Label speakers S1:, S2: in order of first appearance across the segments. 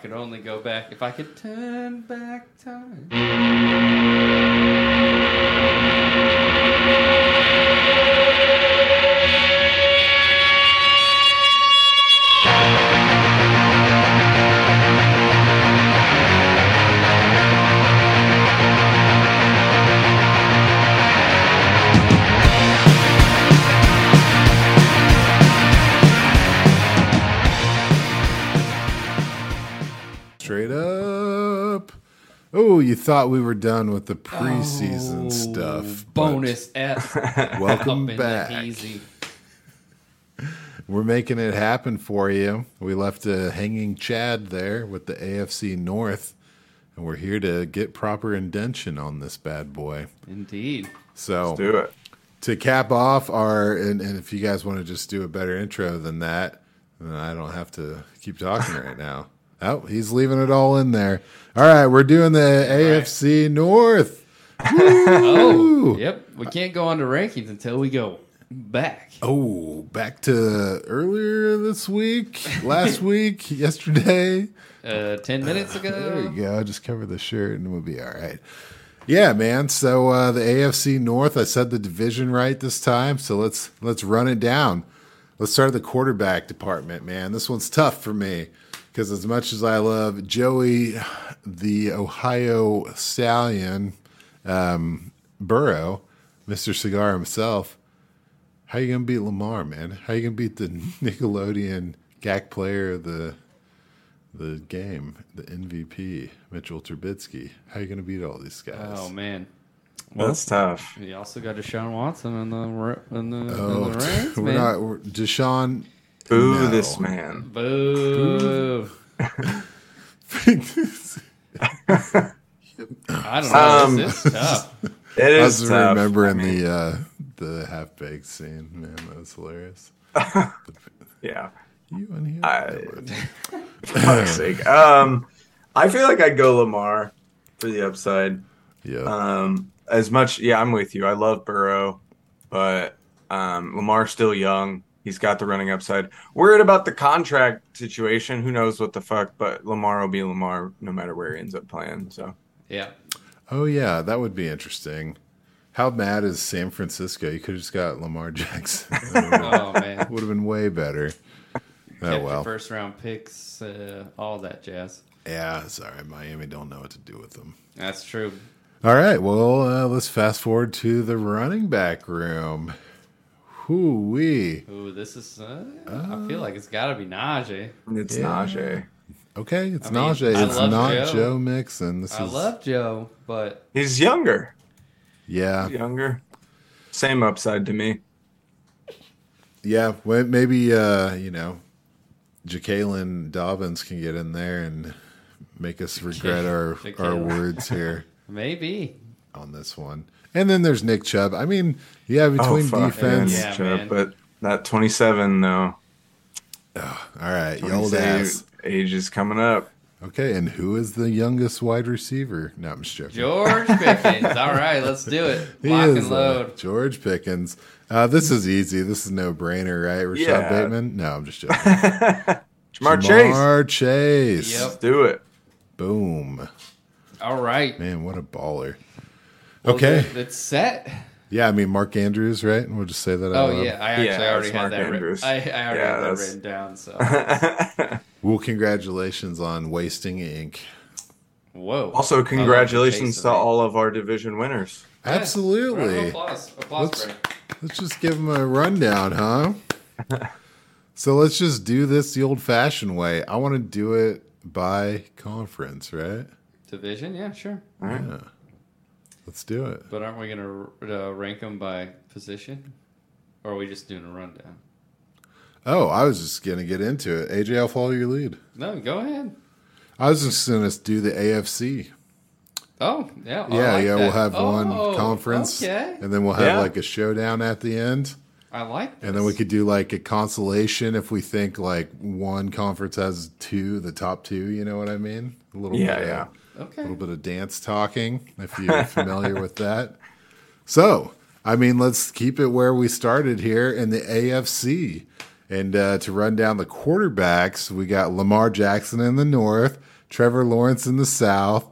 S1: could only go back, if I could turn back time.
S2: Straight up. Oh, you thought we were done with the preseason stuff. but
S1: Bonus F. up in
S2: Welcome
S1: the
S2: back.
S1: hazy.
S2: We're making it happen for you. We left a hanging Chad there with the AFC North, and we're here to get proper indention on this bad boy.
S1: Indeed.
S2: So
S3: Do it.
S2: to cap off our, and, and if you guys want to just do a better intro than that, then I don't have to keep talking right now. Oh, he's leaving it all in there. All right, we're doing the AFC North.
S1: Oh, yep. We can't go on to rankings until we go back.
S2: Oh, back to earlier this week, last week, yesterday.
S1: Uh, 10 minutes
S2: There you
S1: ago.
S2: go. Just cover the shirt and we'll be all right. Yeah, man. So uh, the AFC North, I said the division right this time. So let's let's run it down. Let's start at the quarterback department, man. This one's tough for me because as much as I love Joey, the Ohio Stallion, um, Burrow, Mister Cigar himself, how you gonna beat Lamar, man? How you gonna beat the Nickelodeon GAC player of the the game, the MVP, Mitchell Trubisky. How you going to beat all these guys?
S1: Oh, man.
S3: That's tough.
S1: You also got Deshaun Watson in the, ra- in the,
S2: Oh,
S1: in the ranks,
S2: we're
S1: man.
S2: not. We're, Deshaun.
S3: Boo
S2: No.
S3: this man.
S1: Boo. I don't know.
S3: Um,
S1: this is tough.
S3: It
S2: I
S3: is
S2: was
S3: tough.
S2: remembering
S3: I mean,
S2: the uh, the half baked scene. Man, that was hilarious.
S3: yeah.
S2: You in here?
S3: I- Fuck's sake. Um, I feel like I'd go Lamar for the upside.
S2: yeah.
S3: Um, as much, yeah, I'm with you. I love Burrow, but um, Lamar's still young. He's got the running upside. Worried about the contract situation. Who knows what the fuck? But Lamar will be Lamar no matter where he ends up playing. So
S1: Yeah.
S2: oh yeah, that would be interesting. How mad is San Francisco? You could have just got Lamar Jackson.
S1: Oh, man.
S2: would have been way better. Oh
S1: Kept your
S2: well.
S1: First round picks, uh, all that jazz.
S2: Yeah, sorry. Miami don't know what to do with them.
S1: That's true.
S2: All right. Well, uh, let's fast forward to the running back room. Whoo wee.
S1: Ooh, this is. Uh, I feel like it's got to be Najee.
S3: it's
S2: Yeah.
S3: Najee.
S2: Okay, it's
S1: I mean,
S2: Najee.
S1: I
S2: It's
S1: love
S2: not
S1: Joe.
S2: Joe. Mixon. This
S1: I
S2: is
S1: love Joe, but
S3: He's younger.
S2: yeah,
S3: Younger. Same upside to me.
S2: yeah. well, Maybe uh, you know, Jacalyn Dobbins can get in there and make us regret our our
S1: Jacalyn.
S2: words here
S1: maybe.
S2: on this one. And then there's Nick Chubb. I mean, yeah, between
S3: Oh, fuck,
S2: defense.
S3: man.
S1: Oh, Yeah,
S3: Chubb,
S1: man.
S3: But that 27 though.
S2: All right, you old
S3: 27
S2: ass.
S3: Age is coming up.
S2: Okay, and who is the youngest wide receiver? No, I'm just joking.
S1: George Pickens. all right, let's do it.
S2: He
S1: Lock
S2: is,
S1: and
S2: uh,
S1: load.
S2: George Pickens. Uh, this is easy. This is no brainer, right? Rashad
S3: Yeah.
S2: Bateman. No, I'm just joking.
S3: Jamar, Chase.
S2: Jamar Chase.
S1: Yep.
S3: Do it.
S2: Boom.
S1: all right.
S2: Man, what a baller.
S1: Well,
S2: okay.
S1: th- It's set.
S2: Yeah, I mean Mark Andrews, right? We'll just say that. out
S1: Oh,
S2: loud.
S1: yeah. I actually
S3: Yeah,
S1: already
S3: it's
S1: had
S3: Mark
S1: that written.
S3: Andrews.
S1: I, I already
S3: Yeah,
S1: had that
S3: that's-
S1: written down. So,
S2: Well, congratulations on wasting ink.
S1: whoa. I
S3: Also,
S1: love the
S3: congratulations
S1: chase
S3: to
S1: of it.
S3: all of our division winners.
S1: Yeah, round of
S2: Absolutely.
S1: Applause. Applause
S2: Let's-
S1: break.
S2: Let's just give him a rundown, huh? so let's just do this the old-fashioned way. I want to do it by conference, right?
S1: Division, yeah, sure.
S3: All right.
S2: Yeah. Let's do it.
S1: But aren't we going to uh, rank them by position? Or are we just doing a rundown?
S2: Oh, I was just gonna get into it. AJ, I'll follow your lead.
S1: No, go ahead.
S2: I was just gonna do the AFC.
S1: Oh, yeah. I
S2: Yeah,
S1: like
S2: yeah,
S1: that.
S2: we'll have one
S1: Oh,
S2: conference,
S1: Okay.
S2: and then we'll have
S3: Yeah.
S2: like a showdown at the end,
S1: I like this.
S2: and then we could do like a consolation if we think like one conference has two, the top two. You know what I mean? A little,
S3: Yeah,
S2: bit
S3: yeah.
S2: Of,
S1: Okay.
S2: a little bit of dance talking if you're familiar with that. So, I mean, let's keep it where we started here in the AFC. And uh, to run down the quarterbacks, we got Lamar Jackson in the north, Trevor Lawrence in the South,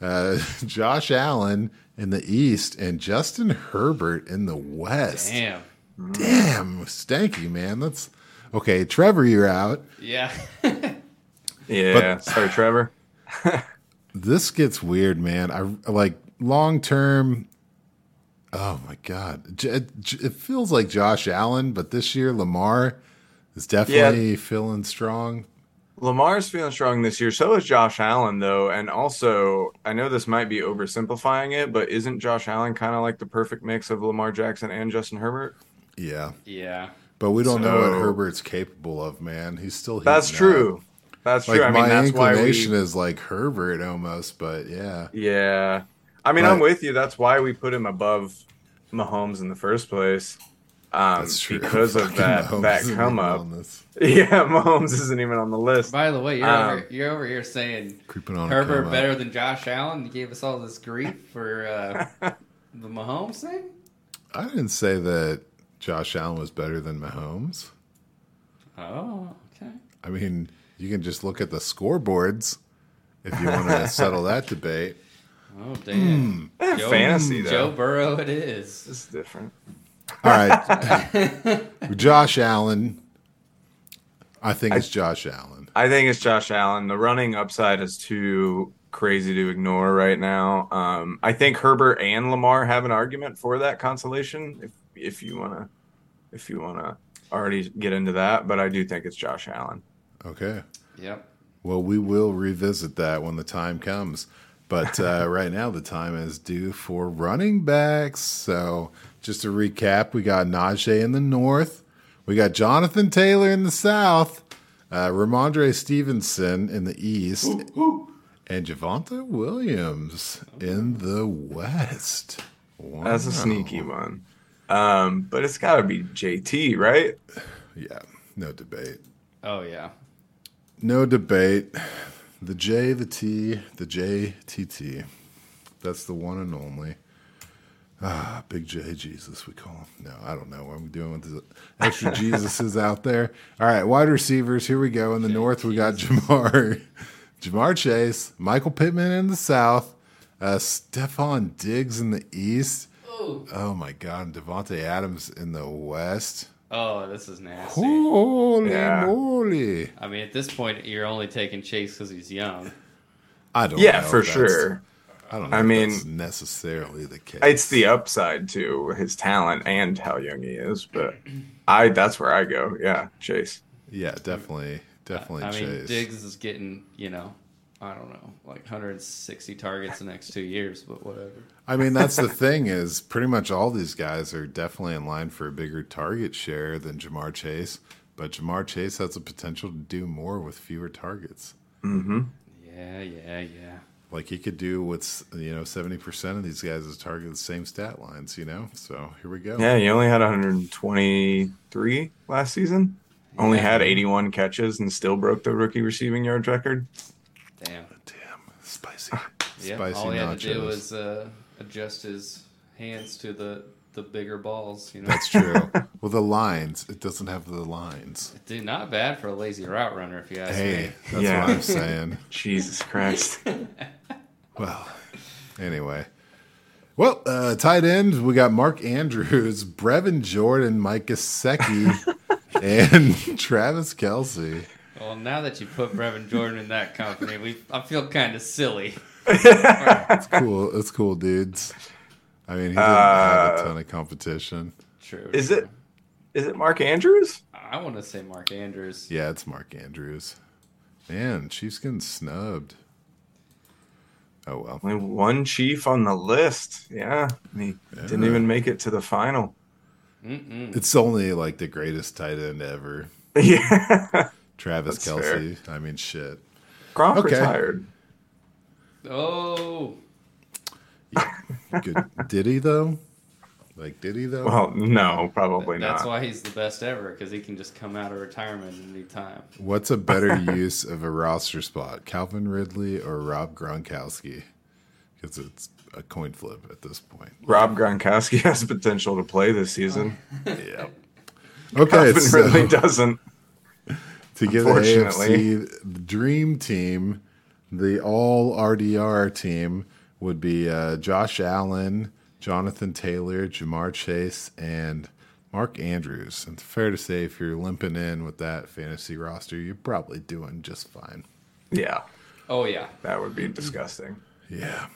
S2: uh, Josh Allen in the East, and Justin Herbert in the West.
S1: Damn.
S2: Damn, stanky man. That's okay. Trevor, you're out.
S1: Yeah.
S3: Yeah. Sorry, Trevor.
S2: This gets weird, man. I like long term. Oh my god, J- j- it feels like Josh Allen, but this year Lamar is definitely feeling strong.
S3: Lamar's feeling strong this year. So is Josh Allen, though. And also, I know this might be oversimplifying it, but isn't Josh Allen kind of like the perfect mix of Lamar Jackson and Justin Herbert?
S2: Yeah,
S1: yeah.
S2: but we don't know what
S3: So-
S2: Herbert's capable of, man. He's still
S3: That's
S2: heating up.
S3: true. That's
S2: Like
S3: true. I mean,
S2: my
S3: that's why we.
S2: inclination is like Herbert almost, but yeah,
S3: yeah. I mean, I'm
S2: Right.
S3: with you. That's why we put him above Mahomes in the first place. Um,
S2: that's true.
S3: Because of
S2: Fucking
S3: that,
S2: Mahomes
S3: that
S2: isn't
S3: come
S2: even
S3: up.
S2: on this.
S3: Yeah, Mahomes isn't even on the list.
S1: By the way, you're,
S3: Um,
S1: over, you're over here saying
S2: creeping on a come
S1: Herbert
S2: up.
S1: better than Josh Allen. You gave us all this grief for uh, the Mahomes thing.
S2: I didn't say that Josh Allen was better than Mahomes.
S1: Oh, okay.
S2: I mean, you can just look at the scoreboards if you want to settle that debate.
S1: Oh, damn.
S2: Hmm.
S1: Joe,
S3: Fantasy, though.
S1: Joe Burrow, it is.
S3: This is different.
S2: All right, Josh Allen. I think it's Josh Allen.
S3: I think it's Josh Allen. The running upside is too crazy to ignore right now. Um, I think Herbert and Lamar have an argument for that consolation. If if you wanna, if you wanna already get into that, but I do think it's Josh Allen.
S2: Okay.
S1: Yep.
S2: Well, we will revisit that when the time comes. But uh, right now, the time is due for running backs. So, just to recap, we got Najee in the north, we got Jonathan Taylor in the south, uh, Ramondre Stevenson in the east, and Javante Williams in the west. Wow.
S3: That's a sneaky one, um, but it's got to be JT, right?
S2: Yeah, no debate.
S1: Oh, yeah.
S2: No debate. The J, the T, the JTT. That's the one and only. Ah, Big J Jesus, we call him. No, I don't know what I'm doing with the extra Jesuses out there. All right, wide receivers. Here we go. In the north, we got Jamar, Jamar Chase, Michael Pittman in the south, uh, Stefan Diggs in the east.
S1: Oh,
S2: Oh my God, Devontae Adams in the west.
S1: oh this is nasty.
S2: Holy
S3: Yeah.
S2: moly!
S1: I mean, at this point, you're only taking Chase because he's young.
S2: I don't.
S3: Yeah,
S2: know
S3: for
S2: if that's-
S3: sure.
S2: I don't. Know
S3: I
S2: if
S3: mean-
S2: that's necessarily the case.
S3: It's the upside to his talent and how young he is, but I that's where I go. Yeah, Chase.
S2: yeah, definitely, definitely.
S1: I mean,
S2: Chase.
S1: Diggs is getting, you know, I don't know, like 160 targets the next two years, but whatever.
S2: I mean, that's the thing is pretty much all these guys are definitely in line for a bigger target share than Jamar Chase, but Jamar Chase has the potential to do more with fewer targets.
S1: Yeah, yeah, yeah.
S2: Like he could do what's you know seventy percent of these guys is target the same stat lines, you know. So here we go.
S3: Yeah, he only had 123 last season. Only had 81 catches and still broke the rookie receiving yards record.
S1: Damn.
S2: Damn, spicy,
S3: Ah.
S1: Yeah.
S2: spicy
S1: All he had
S2: nachos.
S1: to do was uh, adjust his hands to the, the bigger balls, you know.
S2: That's true. well, the lines. It doesn't have the lines.
S1: Dude, not bad for a lazy route runner, if you ask
S2: Hey,
S1: me.
S2: that's
S3: Yeah.
S2: what I'm saying.
S3: Jesus Christ.
S2: Well, anyway. Well, uh, tight end, we got Mark Andrews, Brevin Jordan, Mike Gasecki, and Travis Kelsey.
S1: Well, now that you put Brevin Jordan in that company, we I feel kind of silly.
S2: It's cool. It's cool, dudes. I mean, he didn't have a ton of competition.
S1: True.
S3: Is
S1: true.
S3: it is it Mark Andrews?
S1: I want to say Mark Andrews.
S2: Yeah, it's Mark Andrews. Man, Chiefs getting snubbed. Oh, well.
S3: Only one chief on the list. Yeah. and he didn't even make it to the final.
S2: It's only like the greatest tight end ever.
S3: Yeah.
S2: Travis
S3: That's
S2: Kelsey. I mean, shit.
S3: Gronk
S2: Okay.
S3: retired.
S1: Oh,
S2: Good. did he, though? Like, did he, though?
S3: Well, no, probably
S1: that's
S3: not.
S1: why he's the best ever because he can just come out of retirement at any time.
S2: What's a better use of a roster spot, Calvin Ridley or Rob Gronkowski? Because it's a coin flip at this point.
S3: Rob Gronkowski has potential to play this season.
S2: Yeah. Okay,
S3: Calvin
S2: so
S3: Ridley doesn't.
S2: to give the
S3: unfortunately.
S2: AFC the dream team, The all RDR team would be uh, Josh Allen, Jonathan Taylor, Jamar Chase, and Mark Andrews. And it's fair to say, if you're limping in with that fantasy roster, you're probably doing just fine.
S3: Yeah,
S1: Oh yeah.
S3: that would be disgusting.
S2: Yeah.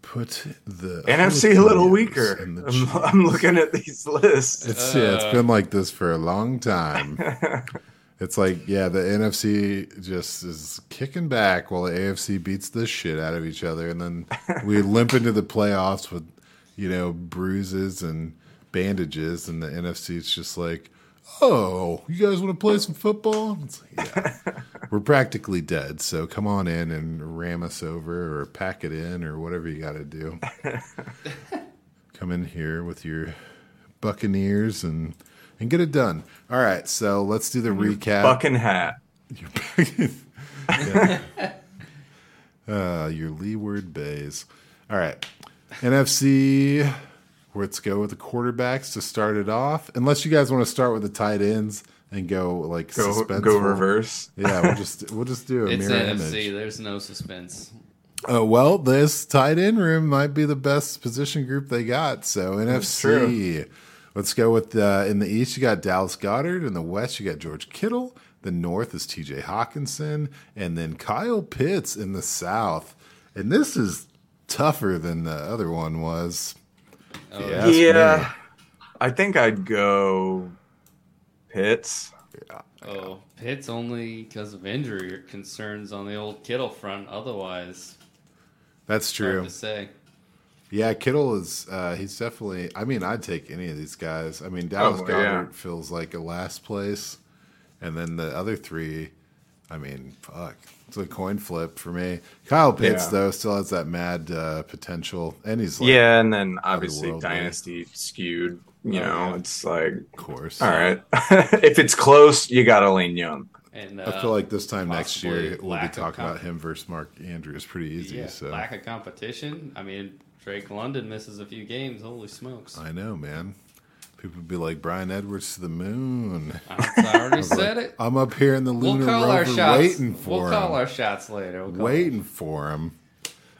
S2: Put the
S3: NFC a little
S2: Hurricanes
S3: weaker.
S2: in the
S3: I'm, I'm looking at these lists.
S2: It's yeah, it's been like this for a long time. it's like yeah, the NFC just is kicking back while the AFC beats the shit out of each other, and then we limp into the playoffs with you know bruises and bandages, and the NFC is just like, oh, you guys want to play some football? It's like, yeah. We're practically dead, so come on in and ram us over or pack it in or whatever you got to do. come in here with your Buccaneers and and get it done. All right, so let's do the recap.
S3: Bucking hat.
S2: Your Buccaneers. Yeah. uh, your leeward bays. All right, NFC. Let's go with the quarterbacks to start it off. Unless you guys want to start with the tight ends and go like
S3: Go
S2: suspenseful.
S3: go reverse.
S2: Yeah, we'll just we'll just do a
S1: It's
S2: mirror
S1: NFC.
S2: image.
S1: There's no suspense.
S2: Oh well, this tight end room might be the best position group they got. So NFC. Let's go with uh, in the East. You got Dallas Goddard. In the West, you got George Kittle. The North is T.J. Hawkinson, and then Kyle Pitts in the South. And this is tougher than the other one was.
S1: Oh,
S2: Yeah. That's
S3: yeah. I think I'd go Pitts.
S1: Oh, Pitt's only because of injury concerns on the old Kittle front. Otherwise,
S2: That's
S1: hard
S2: true.
S1: to say.
S2: Yeah, Kittle is. Uh, he's definitely. I mean, I'd take any of these guys. I mean, Dallas
S3: Oh, yeah.
S2: Goddard feels like a last place, and then the other three. I mean, fuck, it's a coin flip for me. Kyle Pitts
S3: Yeah.
S2: though still has that mad uh, potential, and he's like,
S3: yeah, and then obviously
S2: otherworldly.
S3: Dynasty skewed. You
S1: Oh,
S3: know,
S1: yeah.
S3: it's like
S2: of course.
S3: all right. if it's close, you gotta lean young.
S1: And uh,
S2: I feel like this time next
S1: possibly
S2: year we'll
S1: lack
S2: be
S1: of
S2: talking about
S1: confidence.
S2: him versus Mark Andrews pretty easy.
S1: yeah,
S2: so
S1: lack of competition. I mean, Drake London misses a few games. Holy smokes!
S2: I know, man. People be like Brian Edwards to the moon.
S1: I, I already said it.
S2: I'm up here in the
S1: We'll
S2: lunar
S1: call our
S2: rover
S1: shots.
S2: waiting for
S1: we'll
S2: him.
S1: call our shots later. We'll call
S2: waiting for him.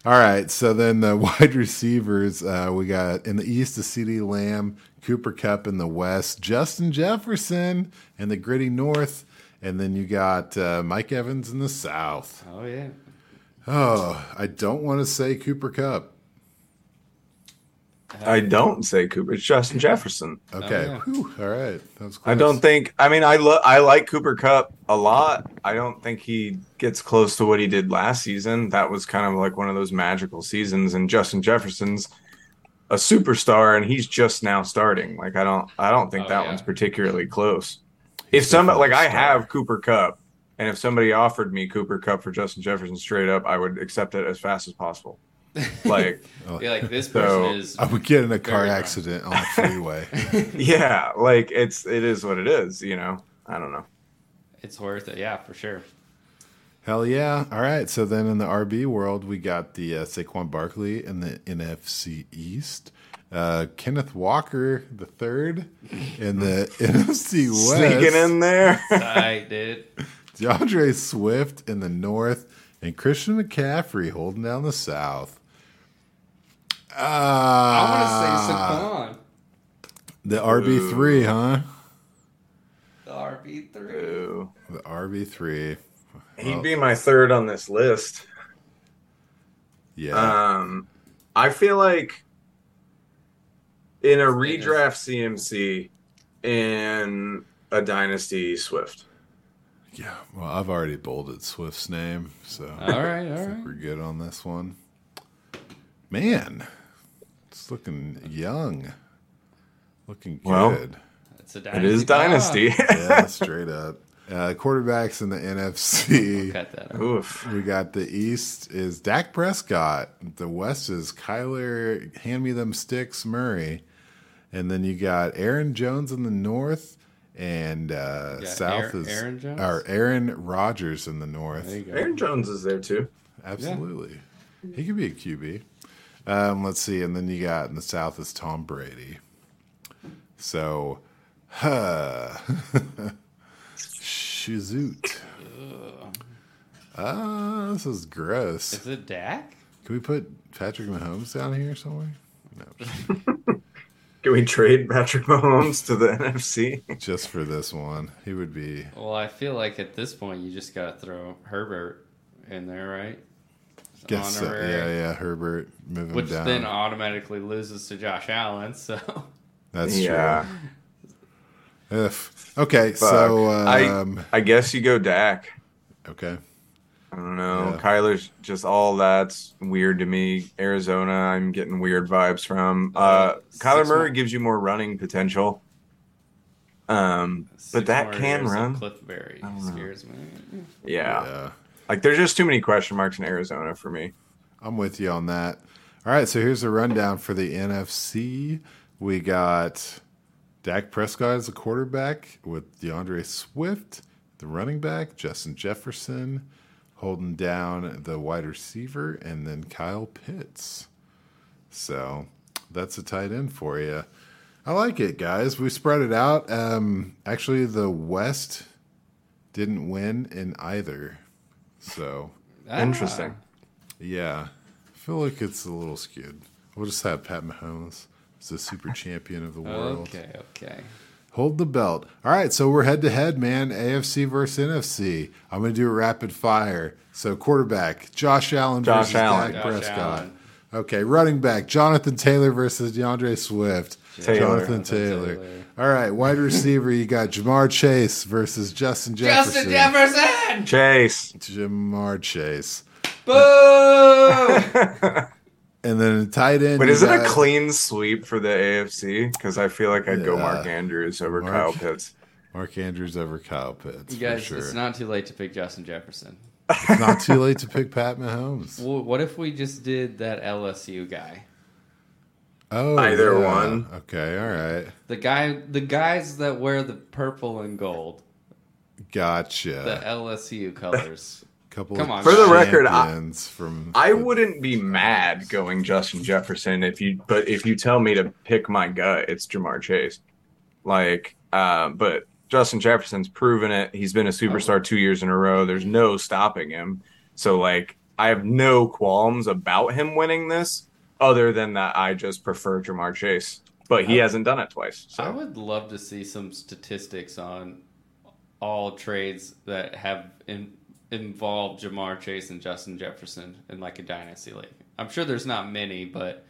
S2: All right, so then the wide receivers uh, we got in the East is C.D. Lamb, Cooper Cup in the West, Justin Jefferson in the gritty North, and then you got uh, Mike Evans in the South.
S1: Oh yeah.
S2: Oh, I don't want to say Cooper Cup.
S3: I don't say Cooper. It's Justin Jefferson.
S2: Okay,
S1: Oh, yeah.
S2: Whew, all right, that was close.
S3: I don't think. I mean, I lo- I like Cooper Cup a lot. I don't think he gets close to what he did last season. That was kind of like one of those magical seasons. And Justin Jefferson's a superstar, and he's just now starting. Like I don't, I don't think
S1: Oh,
S3: that
S1: yeah.
S3: one's particularly close. If somebody like I
S2: definitely a star.
S3: have Cooper Cup, and if somebody offered me Cooper Cup for Justin Jefferson straight up, I would accept it as fast as possible. Like,
S1: Yeah, like this
S3: So-
S1: person is.
S2: Oh, I would get in a car
S1: Very wrong.
S2: accident on the freeway.
S3: yeah, like it's it is what it is. You know, I don't know.
S1: It's worth it. Yeah, for sure.
S2: Hell yeah. All right. So then in the RB world, we got the uh, Saquon Barkley in the NFC East, uh, Kenneth Walker the third in the NFC West,
S3: Sneaking in there.
S1: I did.
S2: DeAndre Swift in the North, and Christian McCaffrey holding down the South. Uh,
S1: I
S2: Ah.
S1: want to say Saquon.
S2: the RB three, huh?
S1: The RB three.
S3: Ooh.
S2: The RB three.
S3: He'd be my third on this list.
S1: Uh.
S2: Yeah.
S3: Um, I feel like in a redraft CMC in a dynasty Swift.
S2: yeah. Well, I've already bolded Swift's name, so.
S1: All right, all
S2: I think
S1: right.
S2: we're good on this one. Man, it's looking young. Looking
S3: Well,
S2: good.
S1: It's a
S3: It
S1: dynasty.
S3: is dynasty.
S2: yeah, straight up. Uh, quarterbacks in the NFC.
S1: Oh. Cut that.
S3: Ah.
S1: out.
S3: Oof.
S2: We got the East is Dak Prescott. The West is Kyler, hand me them sticks, Murray. And then you got Aaron Jones in the North. And uh,
S1: You got
S2: South
S1: Aar-
S2: is
S1: Aaron Jones?
S2: or Aaron Rodgers in the North.
S1: There you go.
S3: Aaron Jones is there too.
S2: Absolutely. He could be a QB. Um, let's see. And then you got in the South is Tom Brady. So, huh. Shazoot. Ah, this is gross.
S1: Is it Dak?
S2: Can we put Patrick Mahomes down here somewhere? No,
S3: Do we trade Patrick Mahomes to the NFC?
S2: just for this one, he would be.
S1: Well, I feel like at this point you just got to throw Herbert in there, right?
S2: Guess so.
S1: Honorary.
S2: yeah, yeah. Herbert, move him
S1: Which
S2: down.
S1: then automatically loses to Josh Allen. So
S2: That's
S3: yeah.
S2: true. If. Okay,
S3: Fuck.
S2: so um,
S3: I I guess you go Dak.
S2: okay,
S3: I don't know.
S2: Yeah.
S3: Kyler's just all that's weird to me. Arizona, I'm getting weird vibes from. Uh,
S1: Six
S3: Kyler Murray
S1: more-
S3: gives you more running potential. Um, but that can run.
S1: Cliff Berry
S3: don't know.
S1: scares me.
S3: yeah.
S2: yeah,
S3: Like there's just too many question marks in Arizona for me.
S2: I'm with you on that. All right, so here's a rundown for the NFC. We got Dak Prescott as a quarterback with DeAndre Swift, the running back, Justin Jefferson holding down the wide receiver, and then Kyle Pitts. So that's a tight end for you. I like it, guys. We spread it out. Um, actually, the West didn't win in either. So
S1: Ah,
S3: Interesting.
S2: yeah. I feel like it's a little skewed. We'll just have Pat Mahomes as the super champion of the world.
S1: Okay, okay.
S2: Hold the belt. All right, so we're head to head, man. AFC versus NFC. I'm going to do a rapid fire. So, quarterback, Josh Allen
S3: Josh
S2: versus
S3: Allen.
S2: Dak
S1: Josh
S2: Prescott.
S1: Allen.
S2: Okay, running back, Jonathan Taylor versus DeAndre Swift.
S3: Taylor.
S2: Jonathan Taylor.
S1: Taylor.
S2: All right, wide receiver, you got Jamar Chase versus Justin
S1: Justin
S2: Jefferson.
S1: Jefferson.
S3: Chase.
S2: Jamar Chase.
S1: Boo!
S2: And then a tight end.
S3: But
S2: you
S3: is it a
S2: got-
S3: clean sweep for the AFC? Because I feel like I'd go
S2: Yeah.
S3: Mark Andrews over
S2: Mark-
S3: Kyle Pitts.
S2: Mark Andrews over Kyle Pitts.
S1: you guys,
S2: for sure.
S1: it's not too late to pick Justin Jefferson.
S2: It's not too late to pick Pat Mahomes.
S1: Well, what if we just did that LSU guy?
S2: Oh,
S3: Either
S2: yeah.
S3: one.
S2: Okay, all right,
S1: The guy, the guys that wear the purple and gold,
S2: gotcha.
S1: the LSU colors.
S2: Couple
S1: Come
S2: of
S1: on. For the
S3: record, I-
S2: champions from
S3: I
S2: the-
S3: wouldn't be mad going Justin Jefferson if you, but if you tell me to pick my gut, it's Jamar Chase. Like, uh, but Justin Jefferson's proven it. He's been a superstar two years in a row. There's no stopping him. So, like, I have no qualms about him winning this, other than that I just prefer Jamar Chase. But he hasn't done it twice.
S1: I
S3: So
S1: would love to see some statistics on all trades that have in, involved Jamar Chase and Justin Jefferson in like a dynasty league. I'm sure there's not many, but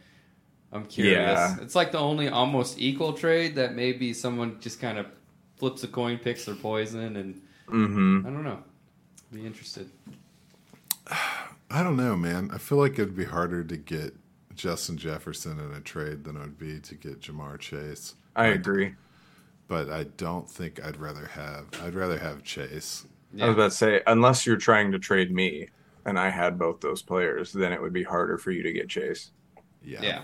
S1: I'm curious.
S3: Yeah.
S1: It's like the only almost equal trade that maybe someone just kind of flips a coin, picks their poison, and
S3: hmm
S1: I don't know. Be interested.
S2: I don't know, man. I feel like it'd be harder to get Justin Jefferson in a trade than it would be to get Jamar Chase.
S3: I agree.
S2: But I don't think I'd rather have. I'd rather have Chase.
S1: Yeah.
S3: I was about to say, unless you're trying to trade me and I had both those players, then it would be harder for you to get Chase.
S2: Yeah.
S1: yeah.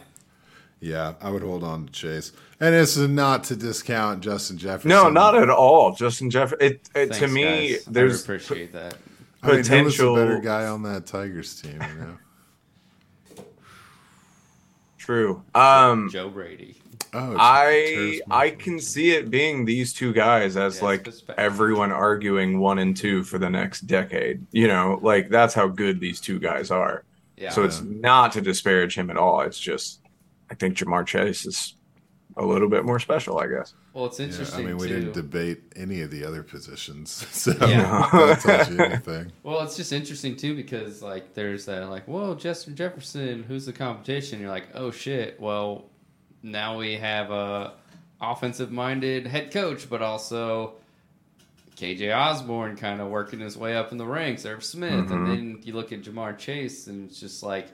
S2: Yeah, I would hold on to Chase. And this is not to discount Justin Jefferson.
S3: No, not at all. Justin Jeff. It, it to
S1: Thanks,
S3: me,
S1: guys.
S3: there's
S1: I appreciate that.
S2: I mean, who was the
S3: potential-
S2: better guy on that Tigers team, you know?
S3: true. Um,
S1: Joe Brady.
S2: Oh, it's
S3: I
S2: Terrace
S3: I
S2: Marshall.
S3: can see it being these two guys as
S1: Yes,
S3: like
S1: respect.
S3: everyone arguing one and two for the next decade. You know, like that's how good these two guys are.
S1: Yeah.
S3: So it's not to disparage him at all. It's just I think Jamar Chase is a little bit more special. I guess.
S1: well, it's
S2: Yeah,
S1: interesting
S2: I mean, we
S1: too.
S2: didn't debate any of the other positions, so
S1: Yeah.
S2: that tells you anything.
S1: Well, it's just interesting too because like there's that like, whoa, Justin Jefferson, who's the competition? You're like, oh shit. Well, now we have a offensive-minded head coach, but also KJ Osborne kind of working his way up in the ranks. Irv Smith,
S3: Mm-hmm.
S1: and then you look at Jamar Chase, and it's just like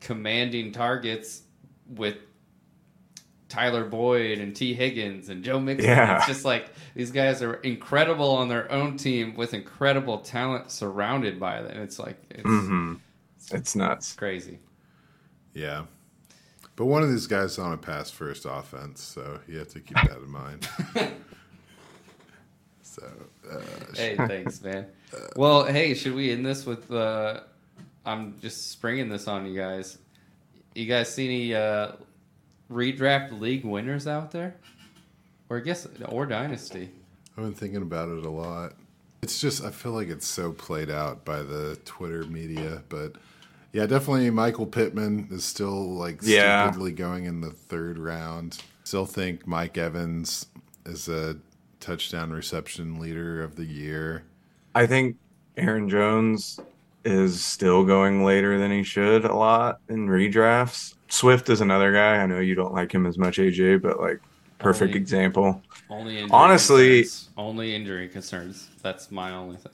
S1: commanding targets with Tyler Boyd and T. Higgins and Joe Mixon.
S3: Yeah.
S1: It's just like these guys are incredible on their own team with incredible talent surrounded by them. It's like it's
S3: hmm It's nuts.
S1: crazy.
S2: Yeah, but one of these guys is on a pass first offense, so you have to keep that in mind. so uh,
S1: Hey, thanks, man. Well, hey, should we end this with? Uh, I'm just springing this on you guys. You guys see any uh, redraft league winners out there, or I guess or dynasty?
S2: I've been thinking about it a lot. It's just I feel like it's so played out by the Twitter media, but yeah, definitely Michael Pittman is still like
S3: Yeah.
S2: stupidly going in the third round. Still think Mike Evans is a touchdown reception leader of the year.
S3: I think Aaron Jones is still going later than he should a lot in redrafts. Swift is another guy. I know you don't like him as much, AJ, but like perfect
S1: Only-
S3: example.
S1: Only injury
S3: Honestly-
S1: concerns. only injury concerns. That's my only thing.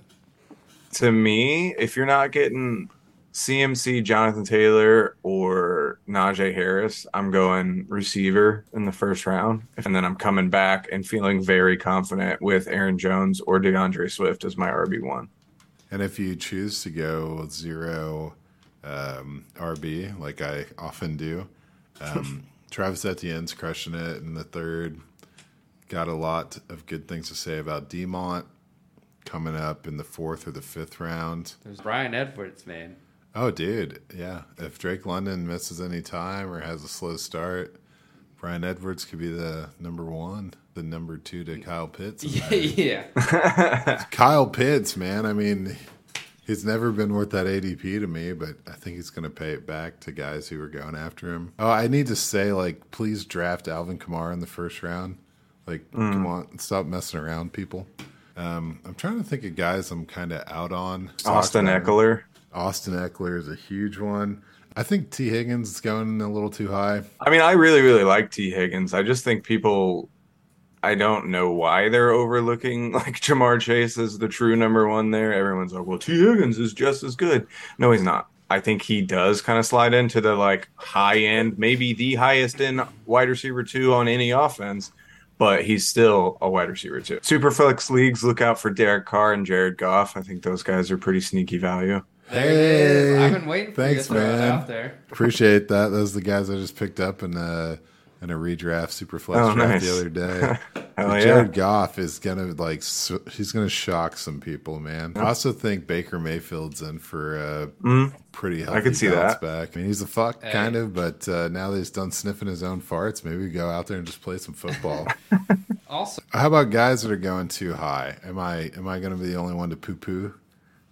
S3: To me, if you're not getting CMC, Jonathan Taylor, or Najee Harris, I'm going receiver in the first round. And then I'm coming back and feeling very confident with Aaron Jones or DeAndre Swift as my RB1.
S2: And if you choose to go with zero um, RB, like I often do, um, Travis Etienne's crushing it in the third. Got a lot of good things to say about Demont coming up in the fourth or the fifth round.
S1: There's Brian Edwards, man.
S2: Oh, dude, yeah. If Drake London misses any time or has a slow start, Brian Edwards could be the number one, the number two to Kyle Pitts. in that
S1: yeah.
S2: Kyle Pitts, man. I mean, he's never been worth that ADP to me, but I think he's going to pay it back to guys who are going after him. Oh, I need to say, like, please draft Alvin Kamara in the first round. Like,
S3: Mm.
S2: come on, stop messing around, people. Um, I'm trying to think of guys I'm kind of out on.
S3: Austin
S2: Eckler.
S3: Eckler.
S2: Austin Eckler is a huge one. I think T. Higgins is going a little too high.
S3: I mean, I really, really like T. Higgins. I just think people, I don't know why they're overlooking like Jamar Chase as the true number one there. Everyone's like, well, T. Higgins is just as good. No, he's not. I think he does kind of slide into the like high end, maybe the highest end wide receiver two on any offense, but he's still a wide receiver two. Superflex leagues, look out for Derek Carr and Jared Goff. I think those guys are pretty sneaky value.
S1: There it is.
S2: Hey,
S1: I've been waiting for
S2: thanks,
S1: you to throw it
S2: man.
S1: out there.
S2: Appreciate that. Those are the guys I just picked up in a in a redraft super flex
S3: Oh,
S2: draft
S3: nice.
S2: the other day.
S3: Hell
S2: But
S3: Oh, yeah.
S2: Jared Goff is gonna like s- he's gonna shock some people, man. I also think Baker Mayfield's in for a
S3: Mm.
S2: pretty healthy
S3: could see
S2: bounce
S3: that.
S2: back. I mean, he's a fuck
S1: Hey.
S2: kind of, but uh, now that he's done sniffing his own farts, maybe we go out there and just play some football.
S1: Also,
S2: How about guys that are going too high? Am I am I gonna be the only one to poo poo?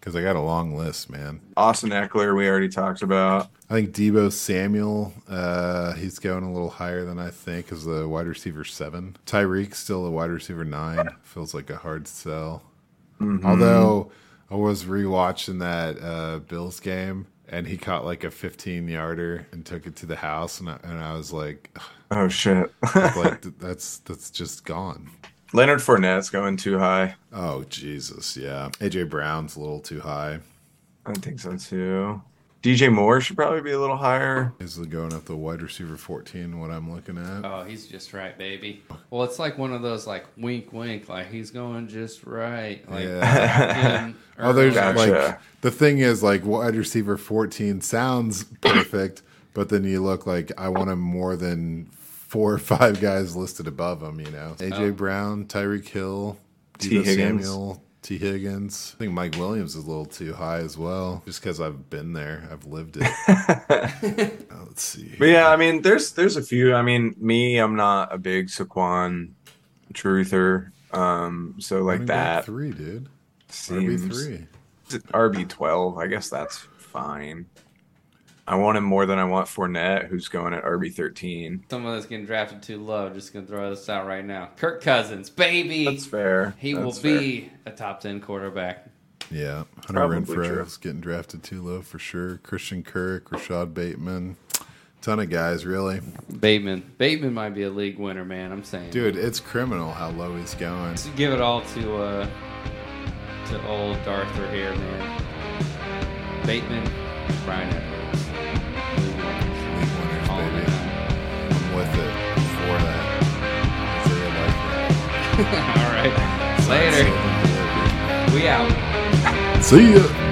S2: Because I got a long list, man.
S3: Austin Eckler, we already talked about.
S2: I think Debo Samuel, uh, he's going a little higher than I think as a wide receiver seven. Tyreek still a wide receiver nine. Feels like a hard sell. Although I was rewatching that uh, Bills game and he caught like a 15 yarder and took it to the house and I, and I was like,
S3: Oh, shit.
S2: like that's that's just gone.
S3: Leonard Fournette's going too high.
S2: Oh Jesus, yeah. AJ Brown's a little too high.
S3: I think so too. DJ Moore should probably be a little higher.
S2: He's going up the wide receiver 14. What I'm looking at.
S1: oh, he's just right, baby. Well, it's like one of those like wink, wink, like he's going just right. Like,
S2: yeah.
S1: him or-
S2: Oh, there's
S3: Gotcha.
S2: like the thing is like wide receiver 14 sounds perfect, but then you look like I want him more than four or five guys listed above him. You know, AJ
S1: Oh.
S2: Brown, Tyreek Hill,
S3: T.
S2: Debo
S3: Higgins.
S2: Samuel, T Higgins. I think Mike Williams is a little too high as well, just because I've been there, I've lived it. Uh, let's see.
S3: But yeah, I mean, there's there's a few. I mean, me, I'm not a big Saquon truther. Um, so like
S2: Only got
S3: that
S2: three, dude. RB
S3: seems
S2: three.
S3: RB twelve. I guess that's fine. I want him more than I want Fournette, who's going at RB thirteen.
S1: Someone that's getting drafted too low. Just gonna throw this out right now. Kirk Cousins, baby.
S3: That's fair.
S1: he
S3: That's
S1: will
S3: fair.
S1: be a top ten quarterback.
S2: Yeah, Hunter
S3: Probably true.
S2: Renfro is getting drafted too low for sure. Christian Kirk, Rashad Bateman, ton of guys really.
S1: Bateman. Bateman might be a league winner, man. I'm saying.
S2: Dude, it's criminal how low he's going.
S1: Just give it all to uh to old Darther here, man. Bateman, Brian Edwards. League winners.
S2: League winners,
S1: All in.
S2: baby. I'm with it before that.
S1: all
S2: Isaiah
S1: right.
S2: Likely.
S1: Later. We out.
S2: See ya.